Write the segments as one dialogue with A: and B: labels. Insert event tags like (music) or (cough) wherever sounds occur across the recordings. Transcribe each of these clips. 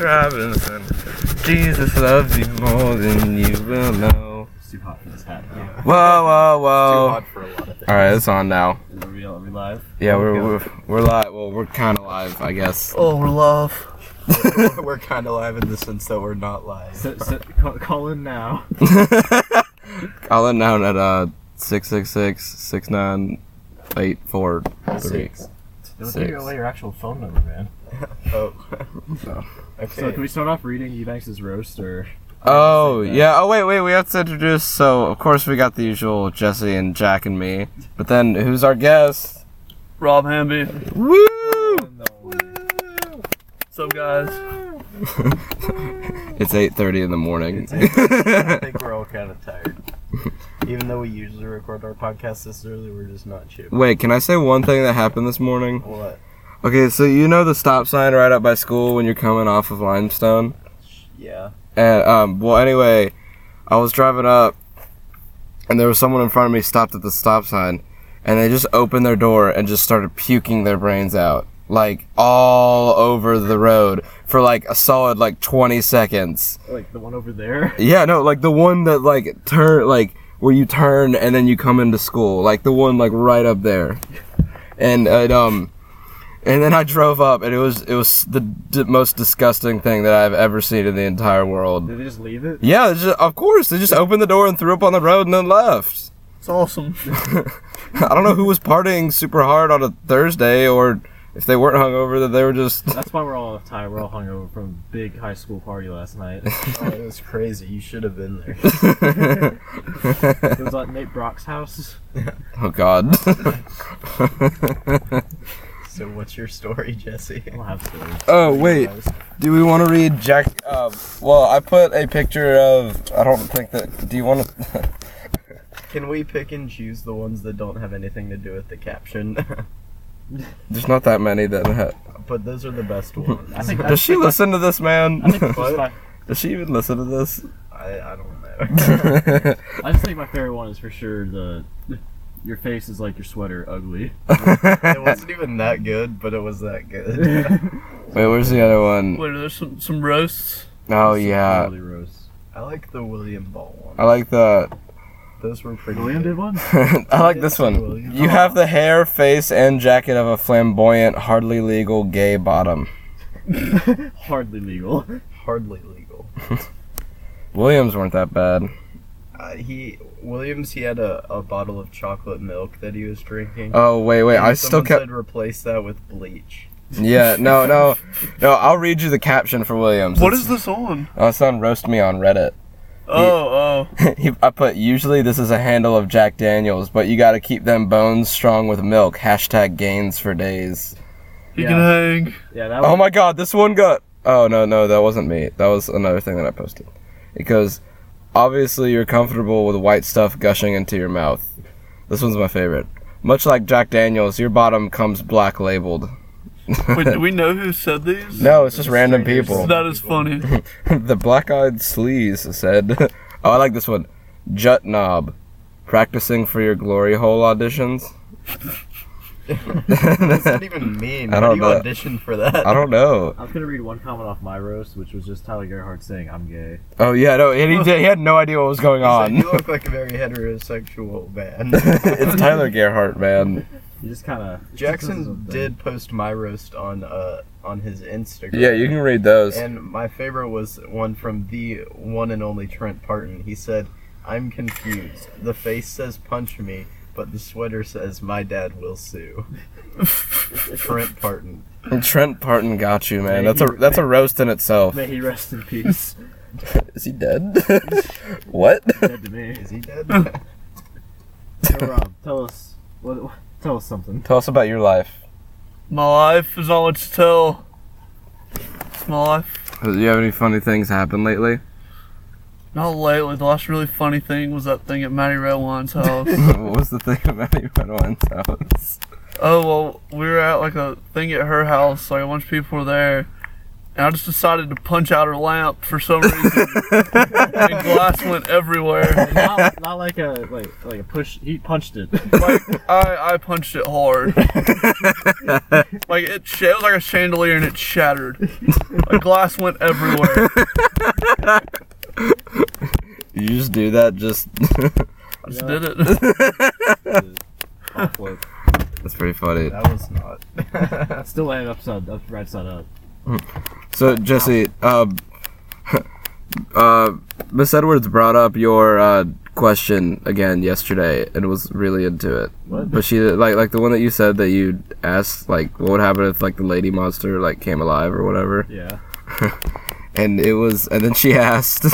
A: Robinson. Jesus loves you more than you will know.
B: It's too hot for this hat. Now.
A: Whoa, whoa, whoa.
B: Too hot for a lot of things.
A: All right, it's on now.
B: Are we, are we live?
A: Yeah, we're we're, we're live. Well, we're kind of live, I guess. (laughs)
C: Oh, we're live. we're kind of live in the sense that we're not live.
B: So, so, call, call in now.
A: I'll let down at uh six six six six nine eight four three.
B: Don't
A: Six.
B: give away your actual phone number, man.
C: Oh.
A: So.
C: okay.
B: So can we start off reading Eubanks' roast or?
A: Oh yeah. Oh wait, wait. We have to introduce. So of course we got the usual Jesse and Jack and me. But then who's our guest?
C: Rob Hamby.
A: Woo!
C: What's up, guys?
A: (laughs) It's eight thirty in the (laughs) morning.
C: I think we're all kind of tired. Even though we usually record our podcast this early, we're just not chill.
A: (laughs) Wait, can I say one thing that happened this morning?
C: What?
A: Okay, so you know the stop sign right up by school when you're coming off of Limestone?
C: Yeah.
A: And um well anyway, I was driving up and there was someone in front of me stopped at the stop sign and they just opened their door and just started puking their brains out like all over the road for like a solid like 20 seconds.
B: Like the one over there.
A: Yeah, no, like the one that like turn like where you turn and then you come into school, like the one like right up there, and and um, and then I drove up and it was it was the d- most disgusting thing that I've ever seen in the entire world.
B: Did they just leave it?
A: Yeah, it's just, of course they just opened the door and threw up on the road and then left. (laughs)
C: It's
B: (laughs)
C: awesome.
A: I don't know who was partying super hard on a Thursday or if they weren't hungover that they were just. (laughs)
B: That's why we're all out of time. We're all hungover from a big high school party last night.
C: (laughs) oh, it was crazy. You should have been there.
B: (laughs) It was at Nate Brock's house.
A: oh God. (laughs)
C: So, what's your story, Jesse?
B: I don't have stories.
A: oh wait. Do we want to read Jack? Um, well, I put a picture of. I don't think that. Do you want to?
C: Can we pick and choose the ones that don't have anything to do with the caption? (laughs)
A: There's not that many that. Ha-
C: but those are the best ones.
B: I think
A: Does
B: that's
A: she listen to this, man?
B: I, think that's just my,
A: (laughs) Does she even listen to
D: (laughs)
A: this?
C: I, I don't know.
B: I just think my favorite one is for sure the your face is like your sweater, ugly.
C: (laughs) it wasn't even that good, but it was that good.
A: (laughs)
B: (laughs)
A: Wait, where's the other one?
D: Wait, are there some, some roasts?
A: Oh yeah,
B: Holy roast.
C: I like the William Ball one.
A: I like the. (laughs)
C: Those were pretty.
B: William
C: good.
B: did
C: (laughs)
B: one.
A: I like this one. You have the hair, face, and jacket of a flamboyant, hardly legal gay bottom.
B: Hardly legal.
C: Hardly legal.
A: Williams weren't that bad.
C: Uh, he Williams. He had a, a bottle of chocolate milk that he was drinking.
A: Oh wait, wait.
C: And
A: I still
C: someone
A: kept.
C: said replace that with bleach.
A: Yeah, no, no, no. I'll read you the caption for Williams.
D: What
A: It's-
D: is this on?
A: Oh, it's on roast me on Reddit.
D: Oh, oh.
A: (laughs) He- I put usually this is a handle of Jack Daniels, but you got to keep them bones strong with milk. Hashtag gains for days.
D: He
B: Yeah.
D: can hang.
B: Yeah, that
A: Oh
B: one.
A: my God, this one got. Oh no, no, that wasn't me. That was another thing that I posted. It goes, obviously you're comfortable with white stuff gushing into your mouth. This one's my favorite. Much like Jack Daniels, your bottom comes black labeled. (laughs)
D: Wait, do (laughs) we know who said these?
A: No, it's just random people.
D: That is funny.
A: (laughs) the black-eyed sleaze said. (laughs) oh, I like this one. Jut knob, practicing for your glory hole auditions. (laughs)
C: (laughs) That's not even mean.
A: (laughs) I
C: How
A: don't
C: do you
A: know.
C: audition for that?
A: I don't know.
B: I was gonna read one comment off my roast, which was just Tyler Gerhardt saying I'm gay.
A: Oh yeah, no, and he, did, he had no idea what was going
C: He said,
A: on.
C: you look like a very heterosexual man.
A: (laughs) it's Tyler Gerhart, man.
B: He just kind of
C: Jackson did post my roast on uh on his Instagram.
A: Yeah, you can read those.
C: And my favorite was one from the one and only Trent Parton. He said, I'm confused. The face says punch me, but the sweater says my dad
A: (laughs)
C: will sue. Trent Parton.
A: Trent Parton got you, man. That's a that's a roast in itself.
B: May he rest in
A: (laughs)
B: peace.
A: Is he
C: (laughs)
A: dead? what?
B: Dead to me.
C: Is he dead?
B: So, Rob, tell us what, what- Tell us something.
A: Tell us about your life.
D: My life is all it's tell. It's my life.
A: Do you have any funny things happen (laughs) lately?
D: Not lately. The last really funny thing was that thing at Matty Redwine's house.
A: (laughs) what was the thing about you at one's house?
D: oh, well, we were at like a thing at her house. Like a bunch of people were there. and I just decided to punch out her lamp for some reason. and glass went everywhere.
B: Not, not like a like like a push. He punched it.
D: Like I, I punched it hard. like it, sh- it was like a chandelier and it shattered. Like glass went everywhere.
A: You just do that. Just (laughs)
D: I just did it.
A: (laughs)
B: Offload.
A: that's pretty funny.
C: That
A: (laughs)
C: was not.
B: Still landed upside up, right side up.
A: So Jesse, uh, (laughs) uh, Miss Edwards brought up your uh, question again yesterday and was really into it.
B: What?
A: But she like like the one that you said that you asked like what would happen if like the lady monster like came alive or whatever.
B: Yeah.
A: and it was and then she (laughs) asked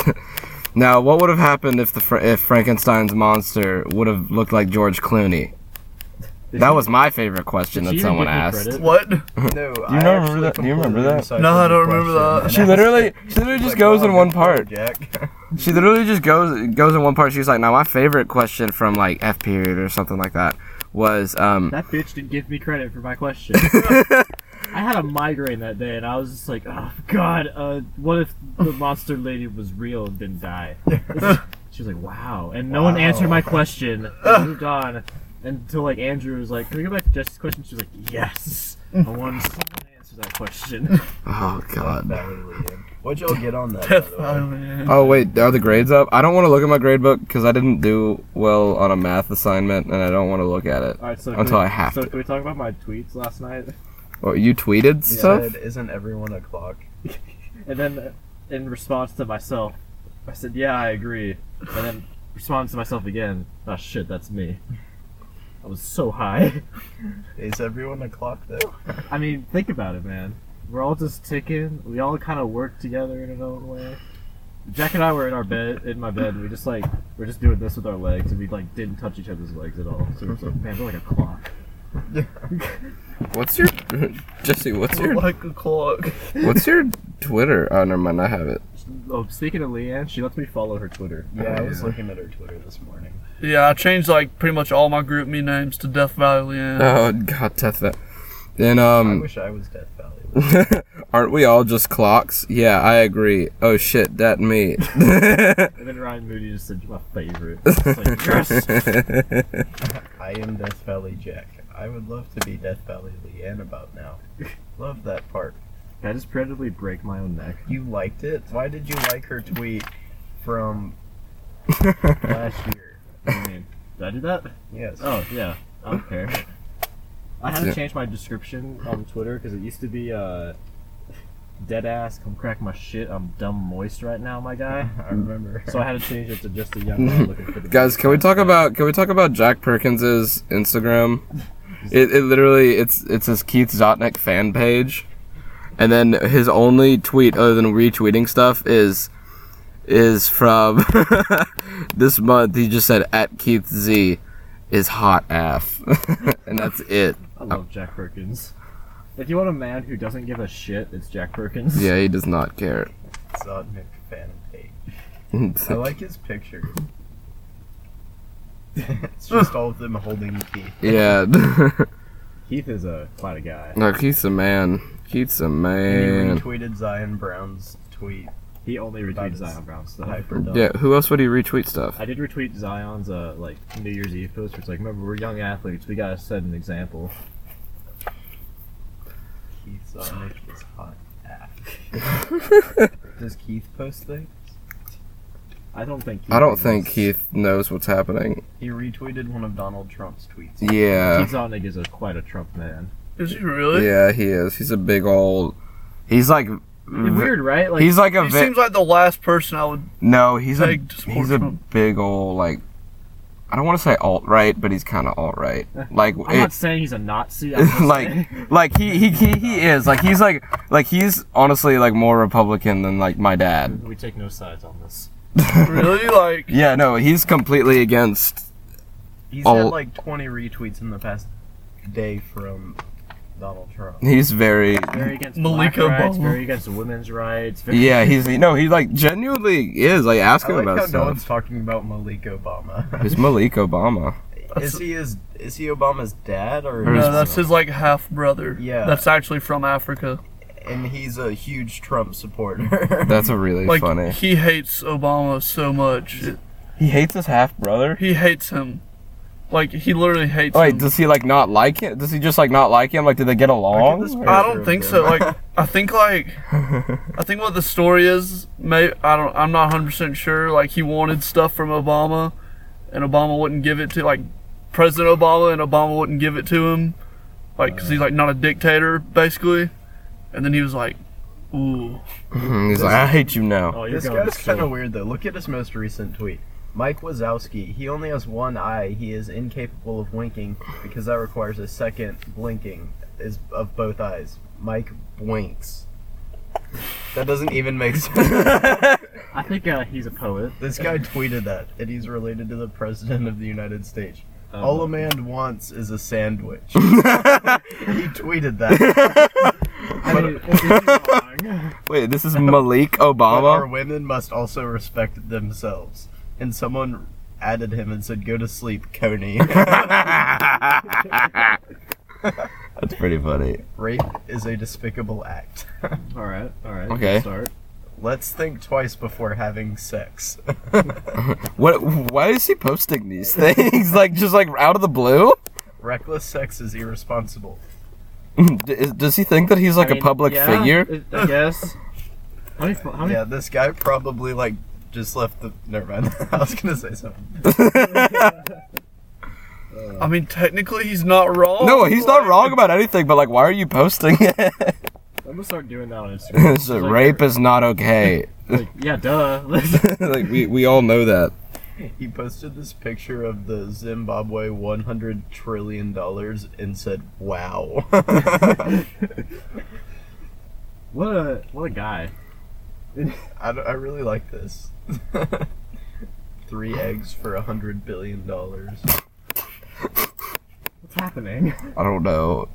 A: now what would have happened if the Fra- if frankenstein's monster would have looked like george clooney
B: Did
A: that
B: she-
A: was my favorite question
B: did
A: that
B: she even
A: someone
B: give me
A: asked
D: (laughs)
B: credit?
D: What?
C: no, do you
A: remember that- do you remember that?
D: No, I don't remember that.
A: she literally she literally just goes in one part
C: Jack. (laughs)
A: she literally just goes goes in one part she's like now my favorite question from like f period or something like that was um
B: That bitch didn't give me credit for my
A: (laughs)
B: question. I had a migraine that day, and I was just like, "Oh God, uh, what if
A: (laughs)
B: the monster lady was real and didn't die?" She was like, "Wow," and no one
C: Wow.
B: answered my question.
A: (laughs)
B: I moved on until like Andrew was like, "Can we go back to Jesse's question?" She was like, "Yes, I want someone to answer that
A: (laughs)
B: question."
A: oh god
C: That really is. What'd y'all get on that? by
D: Death (laughs)
C: the way?
D: Island.
A: oh wait are the grades up i don't want to look at my grade book because i didn't do well on a math assignment and i don't want to look at it
B: All right, so
A: Until
B: can we,
A: I have
B: So
A: to.
B: can we talk about my tweets last night?
A: oh, you tweeted
C: You
A: stuff
C: said, isn't everyone a clock?
B: And then, uh, in response to myself, I said, "Yeah, I agree." And then responds to myself again, "Ah, shit, that's me." I was so high. (laughs)
C: Is everyone a clock though?
B: I mean, think about it, man. We're all just ticking. We all kind of work together in our own way. Jack and I were in our bed, in my bed. and We just like we're just doing this with our legs, and we like didn't touch each other's legs at all. So we're just like, man, we're like a clock.
A: What's your (laughs) Jesse? What's your
D: Like a clock.
A: What's your Twitter? Oh, never mind. I have it.
B: Oh, speaking of Leanne, she lets me follow her Twitter.
C: Yeah, I was
A: Yeah.
C: looking at her Twitter this morning.
D: Yeah, I changed like pretty much all my group me names to Death Valley Leanne.
A: Oh God, death that. Then
C: I
A: um,
C: wish I was Death Valley.
A: (laughs) aren't we all just clocks? Yeah, I agree. Oh shit, that me.
B: And then Ryan Moody just said, "You're my favorite." I was like, (laughs) yes.
A: (laughs)
C: I am Death Valley Jack. I would love to be Death Valley Leanne about now. love that part.
B: Can I just preemptively break my own neck?
C: You liked it? Why did you like her tweet from last year?
B: What do you mean? Did I do that?
C: Yes.
B: Oh yeah. I don't care. I had
A: Yeah.
B: to change my description on Twitter because it used to be uh, dead ass. Come crack my shit. I'm dumb moist right now,
A: (laughs)
B: my guy.
C: I remember.
B: So I had to change it to just a young man looking for the
A: Guys, can we talk about can we talk about Jack Perkins's Instagram? It, it literally it's it's his Keith Zotnick fan page, and then his only tweet other than retweeting stuff is is from (laughs) this month. He just said at Keith Z is hot af, (laughs) and that's it.
B: I love Jack Perkins. If you want a man who doesn't give a shit, it's Jack Perkins.
A: Yeah, he does not care. (laughs)
C: Zodnik fan page. I like his picture. (laughs) it's just all of them holding teeth.
A: yeah, (laughs)
B: Keith is a quite a guy.
A: no, Keith's a man. Keith's a
C: And
A: man.
C: he retweeted Zion Brown's tweet.
B: He only retweets
C: is-
B: Zion Brown stuff.
C: Hyperdog.
A: Yeah, who else would he retweet stuff?
B: I did retweet Zion's uh, like New Year's Eve post, where it's like, remember we're young athletes, we gotta set an example.
C: Keith Zodnik is hot. ass. Does Keith post things?
B: I don't think.
A: I don't think
B: knows.
A: Keith knows what's happening.
C: He retweeted one of Donald Trump's tweets.
A: Yeah,
B: Keith Zonick is a quite a Trump man.
D: Is he really?
A: yeah, he is. He's a big old. He's like.
C: Mm-hmm.
A: v-
B: Weird, right? Like,
A: he's like a
D: He
A: vi-
D: seems like the last person I would
A: no. He's a
D: like, just
A: he's a
D: Trump.
A: big old like. I don't want to say alt right, but he's kind of alt right. Like
B: I'm
A: it-
B: not saying he's a Nazi. I'm just
A: like
B: saying-
A: (laughs) like he, he he he is like he's like like he's honestly like more Republican than like my dad.
B: we take no sides on this.
A: (laughs)
D: really like.
A: Yeah, no, he's completely against.
C: He's
A: Oh.
C: had like 20 retweets in the past day from Donald Trump.
A: He's very
B: Very against
D: Malika
B: black rights.
D: Obama.
B: Very against women's rights. Very
A: yeah. He's no, he like genuinely is like
C: I
A: asking
C: like
A: about
C: how no one's
A: stuff.
C: talking about
A: (laughs)
C: Malik Obama.
A: It's Malik Obama.
C: is he his, is he Obama's dad or
A: Or
D: No,
A: his-
D: that's his like half brother.
C: Yeah.
D: That's actually from Africa.
C: and he's a huge Trump supporter. (laughs)
A: That's a really
D: Like
A: funny.
D: he hates Obama so much. It-
A: He hates his half brother.
D: He hates him. Like he literally hates
A: Wait,
D: him.
A: does Oh, he like not like him? Does he just like not like him? Like, did they get along?
C: this
A: Or-
D: I don't think so. Like
A: (laughs)
D: I think like I think what the story is, may I don't I'm not 100% sure. Like he wanted stuff from Obama and Obama wouldn't give it to like President Obama and Obama wouldn't give it to him. Like cuz he's like not a dictator basically. And then he was like, "Ooh,
A: Mm-hmm. He's like, I hate you now.
B: Oh, you're
C: This
B: going
C: guy's
B: to-
C: kind of weird though. Look at his most recent tweet. Mike Wazowski, he only has one eye. He is incapable of winking because that requires a second blinking is of both eyes. Mike blinks. That doesn't even make (laughs) sense.
B: I think uh, he's a poet.
C: this guy tweeted that, and he's related to the president of the United States.
B: Um,
C: All a man wants is a
B: (laughs)
C: sandwich. he tweeted that.
A: (laughs)
B: I mean, it's wrong.
A: Oh. Wait, this is Malik
C: But our
A: Obama.
C: women must also respect themselves. And someone added him and said, "Go to sleep,
B: (laughs)
C: Coney."
A: (laughs) That's pretty funny.
C: Rape is a despicable act.
B: all right, all right.
A: Okay.
B: good Start.
C: Let's think twice before having sex.
A: What? Why is he posting these things? (laughs) like, just like out of the blue? (laughs)
C: Reckless sex is irresponsible.
A: D- is- Does he think that he's like
B: I mean,
A: a public
B: yeah,
A: figure?
B: it- I guess. How many? How many?
C: Yeah, this guy probably like just left the. Never mind. (laughs) I was gonna say something.
A: (laughs)
D: I mean technically he's not wrong."
A: No, he's not
D: Like,
A: wrong about anything. But like, why are you posting it? (laughs)
B: I'm gonna start doing that on Instagram.
A: It's like, Rape is not okay.
B: Like, yeah, duh. (laughs)
A: (laughs) like we we all know that.
C: He posted this picture of the Zimbabwe 100 trillion dollars and said, "Wow." (laughs)
B: what a what a guy.
C: I, d- I really like this. (laughs) Three eggs for a hundred billion dollars.
A: (laughs)
B: What's happening?
A: I don't know.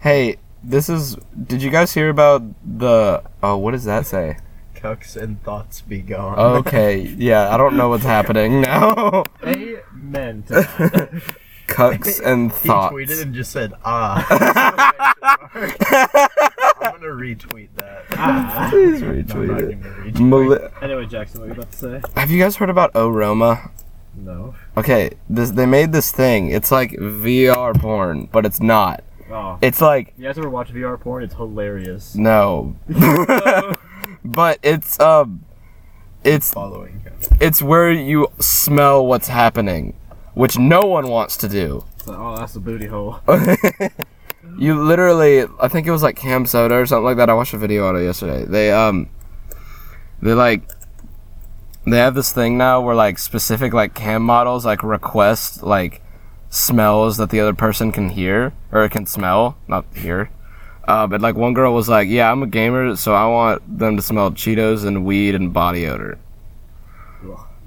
A: Hey, this is. Did you guys hear about the? Oh, what does that say?
C: Cucks and thoughts be gone.
A: Okay, yeah, I don't know what's happening now.
B: Amen. To that.
A: Cucks and
C: (laughs) He
A: thoughts.
C: tweeted and just said,
A: (laughs)
C: ah. (laughs) I'm gonna retweet that.
B: Ah.
A: Please
C: I'm not
A: retweet
C: gonna
A: it.
C: retweet.
A: Mali-
B: Anyway, Jackson, what were you about to say?
A: Have you guys heard about O Roma?
B: No.
A: Okay, this they made this thing. It's like VR porn, but it's not.
B: Oh.
A: It's like
B: You guys ever watch VR porn? It's hilarious.
A: no. (laughs) but it's um it's
C: following him.
A: it's where you smell what's happening, which no one wants to do.
B: It's like, oh, that's a booty hole.
A: (laughs) you literally i think it was like cam soda or something like that i watched a video on it yesterday they um they like they have this thing now where like specific like cam models like request like smells that the other person can hear or can smell not hear uh, but like one girl was like yeah i'm a gamer so i want them to smell cheetos and weed and body odor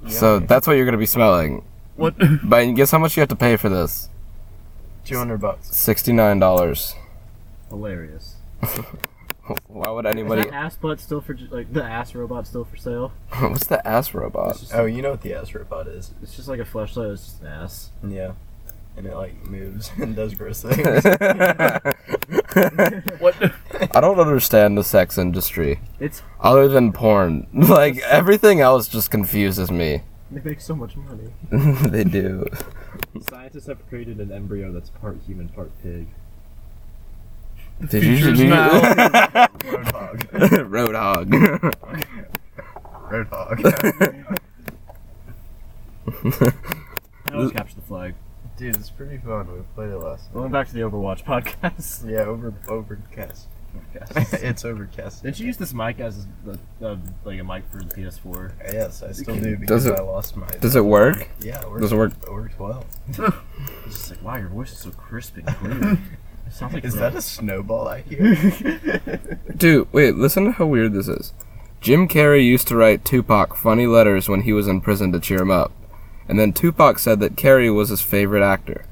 A: so that's what you're gonna be smelling
D: What
A: but guess how much you have to pay for this
C: Two hundred bucks.
A: $69
B: Hilarious.
A: why would
B: Is
A: anybody
B: that ass butt still for j- like the ass robot still for sale?
A: (laughs) What's the ass
B: It's
A: robot?
B: just,
C: Oh, you know what the ass robot is?
B: it's just like a flashlight. It's just an ass.
C: Yeah. And it like moves (laughs) and does gross things.
A: (laughs)
D: what
A: I don't understand the sex industry
B: It's
A: other than porn. (laughs) Like everything else just confuses me. (laughs)
B: they make so much money.
A: they do.
B: Scientists have created an embryo that's part human, part pig.
A: Did
D: Features now.
C: Roadhog.
A: (laughs) Roadhog. (laughs)
C: Roadhog.
B: I always capture the flag.
C: Dude, it's pretty fun. We played it last night.
B: Going back to the Overwatch (laughs) podcast.
C: Yeah, over
A: (laughs)
C: overcast. (laughs) it's overcast.
B: Didn't you use this mic as a, a, like a mic for the PS4?
C: Yes, I still do
A: Does
C: because
A: it-
C: I lost my.
A: Does it work?
C: yeah, it worked,
A: does it work?
C: It
A: (laughs)
C: worked well.
B: It's just like, wow, your voice is so crisp and (laughs) clear. It sounds like
C: Is that a snowball
A: (laughs)
C: I hear?
A: Dude, wait, listen to how weird this is. Jim Carrey used to write Tupac funny letters when he was in prison to cheer him up. And then Tupac said that Carrey was his favorite actor.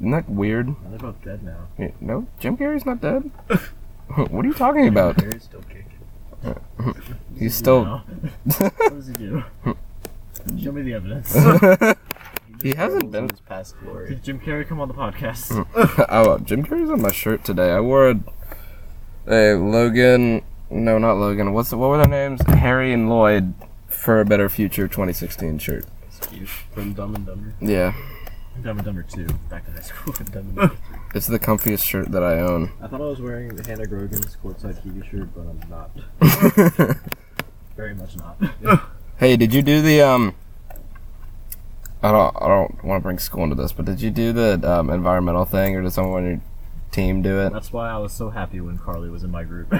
A: Isn't that weird?
B: They're both dead now.
A: Yeah, No, Jim Carrey's not dead. (laughs) what are you talking about?
C: There is still kicking.
A: He's still.
B: Now. (laughs) what does he do? Show me the evidence.
A: He hasn't
C: Rebels in
A: been. (laughs)
C: his past glory.
B: Did Jim Carrey come on the podcast?
A: oh, Jim Carrey's on my shirt today. I wore a Hey, Logan. No, not Logan. What's what were their names? Harry and Lloyd for a Better Future 2016 shirt.
C: It's cute. From Dumb and Dumber.
A: Yeah,
B: Dumb and Dumber 2, back to high (laughs) school.
C: Dumb and Dumber.
A: it's the comfiest shirt that I own. (laughs)
B: I thought I was wearing the Hannah Grogan's courtside Kiwi shirt, but I'm not. Very much (laughs) not.
A: hey, did you do the um? I don't. I don't want to bring school into this, but did you do the um, environmental thing, or did someone on your team do it? (laughs)
B: That's why I was so happy when Carly was in my group,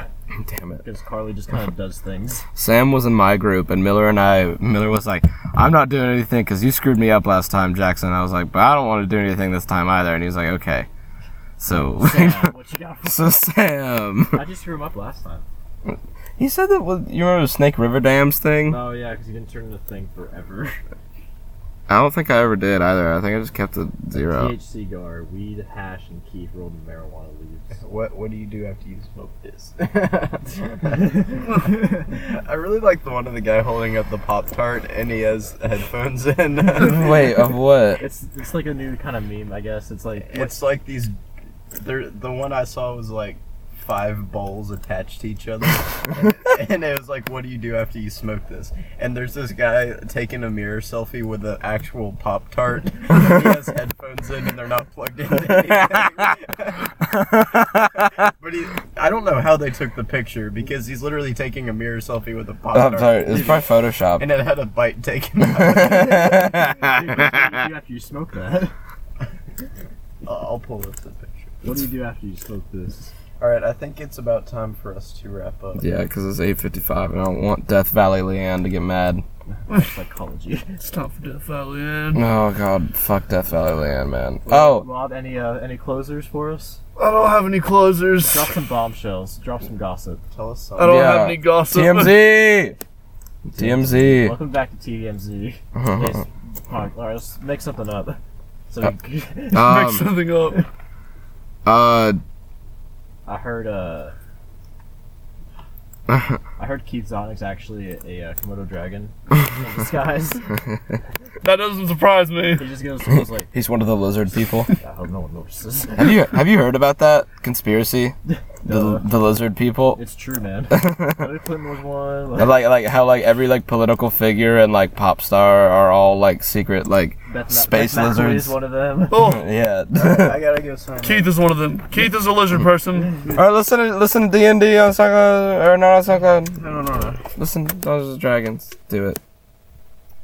A: Damn it.
B: because Carly just kind of does things.
A: Sam was in my group, and Miller and I. Miller was like, "I'm not doing anything because you screwed me up last time, Jackson." I was like, "But I don't want to do anything this time either." And he was like, "Okay." So,
B: Sam, what you
A: (laughs)
B: got?
A: so Sam.
B: I just threw him up last time.
A: He said that with you remember the Snake River Dams thing?
B: Oh yeah, because he didn't turn into thing forever.
A: I don't think I ever did either. I think I just kept it zero.
B: THC gar, weed, hash, and Keith rolled in marijuana leaves.
C: What What do you do after you smoke this?
A: (laughs)
C: (laughs) I really like the one of the guy holding up the pop tart, and he has headphones in.
A: (laughs) (laughs)
C: (laughs)
A: Wait, of what?
B: It's it's like a new kind of meme, I guess. It's like
C: It's like these. There, the one I saw was like five bowls attached to
A: (laughs)
C: each other, and, and it was like, "What do you do after you smoke this?" And there's this guy taking a mirror selfie with an actual pop
A: (laughs)
C: tart. he has headphones in, and they're not plugged into anything. but he, I don't know how they took the picture because he's literally taking a mirror selfie with a pop
A: Oh, I'm sorry,
C: tart,
A: it's probably Photoshop.
C: (laughs) and it had a bite
A: (laughs)
C: taken. out.
B: Dude, what (laughs) do you do after you smoke that?
C: I'll I'll pull up the picture.
B: What do you do after you smoke this?
C: All right, I think it's about time for us to wrap up.
A: yeah, because it's 8:55, and I don't want Death Valley Leanne to get mad. (laughs)
B: Psychology.
D: (laughs) It's time for Death Valley, man.
A: Oh God, fuck Death Valley Leanne, man. Oh,
B: Rob, any uh, any closers for us?
D: I don't have any closers.
B: Drop some bombshells. Drop some gossip.
C: Tell us
D: I
C: something.
D: don't
A: Yeah.
D: have any gossip.
A: TMZ,
B: (laughs)
A: TMZ.
B: Welcome back to TDMZ.
A: Um, Uh-huh.
B: Today's pod- Alright, let's make something up.
A: Uh,
B: So we-
D: (laughs)
B: (laughs)
D: Make
A: Um,
D: something up.
A: uh,
B: I
A: (laughs)
B: heard uh, I heard Keith Zonic's actually a, uh,
A: (laughs)
B: Komodo dragon in disguise.
D: That doesn't surprise me.
B: he just goes, goes like,
A: he's one of the lizard people.
B: I hope no one
A: (laughs)
B: notices.
A: Have you have you heard about that conspiracy?
B: No.
A: The the lizard people.
B: It's
A: (laughs)
B: true, man. Hillary Clinton was one.
A: And like like how like every like political figure and like pop star are all like secret like
B: Beth Ma-
A: space
B: Beth Mallory
A: lizards.
B: is one of them.
D: Oh,
A: (laughs) yeah.
C: I gotta go sign up.
D: Keith is one of them. Keith is a lizard person.
A: or listen to listen to D and D on SoundCloud or not on SoundCloud.
C: No, no, no.
A: Listen, Dungeons and Dragons. Do it.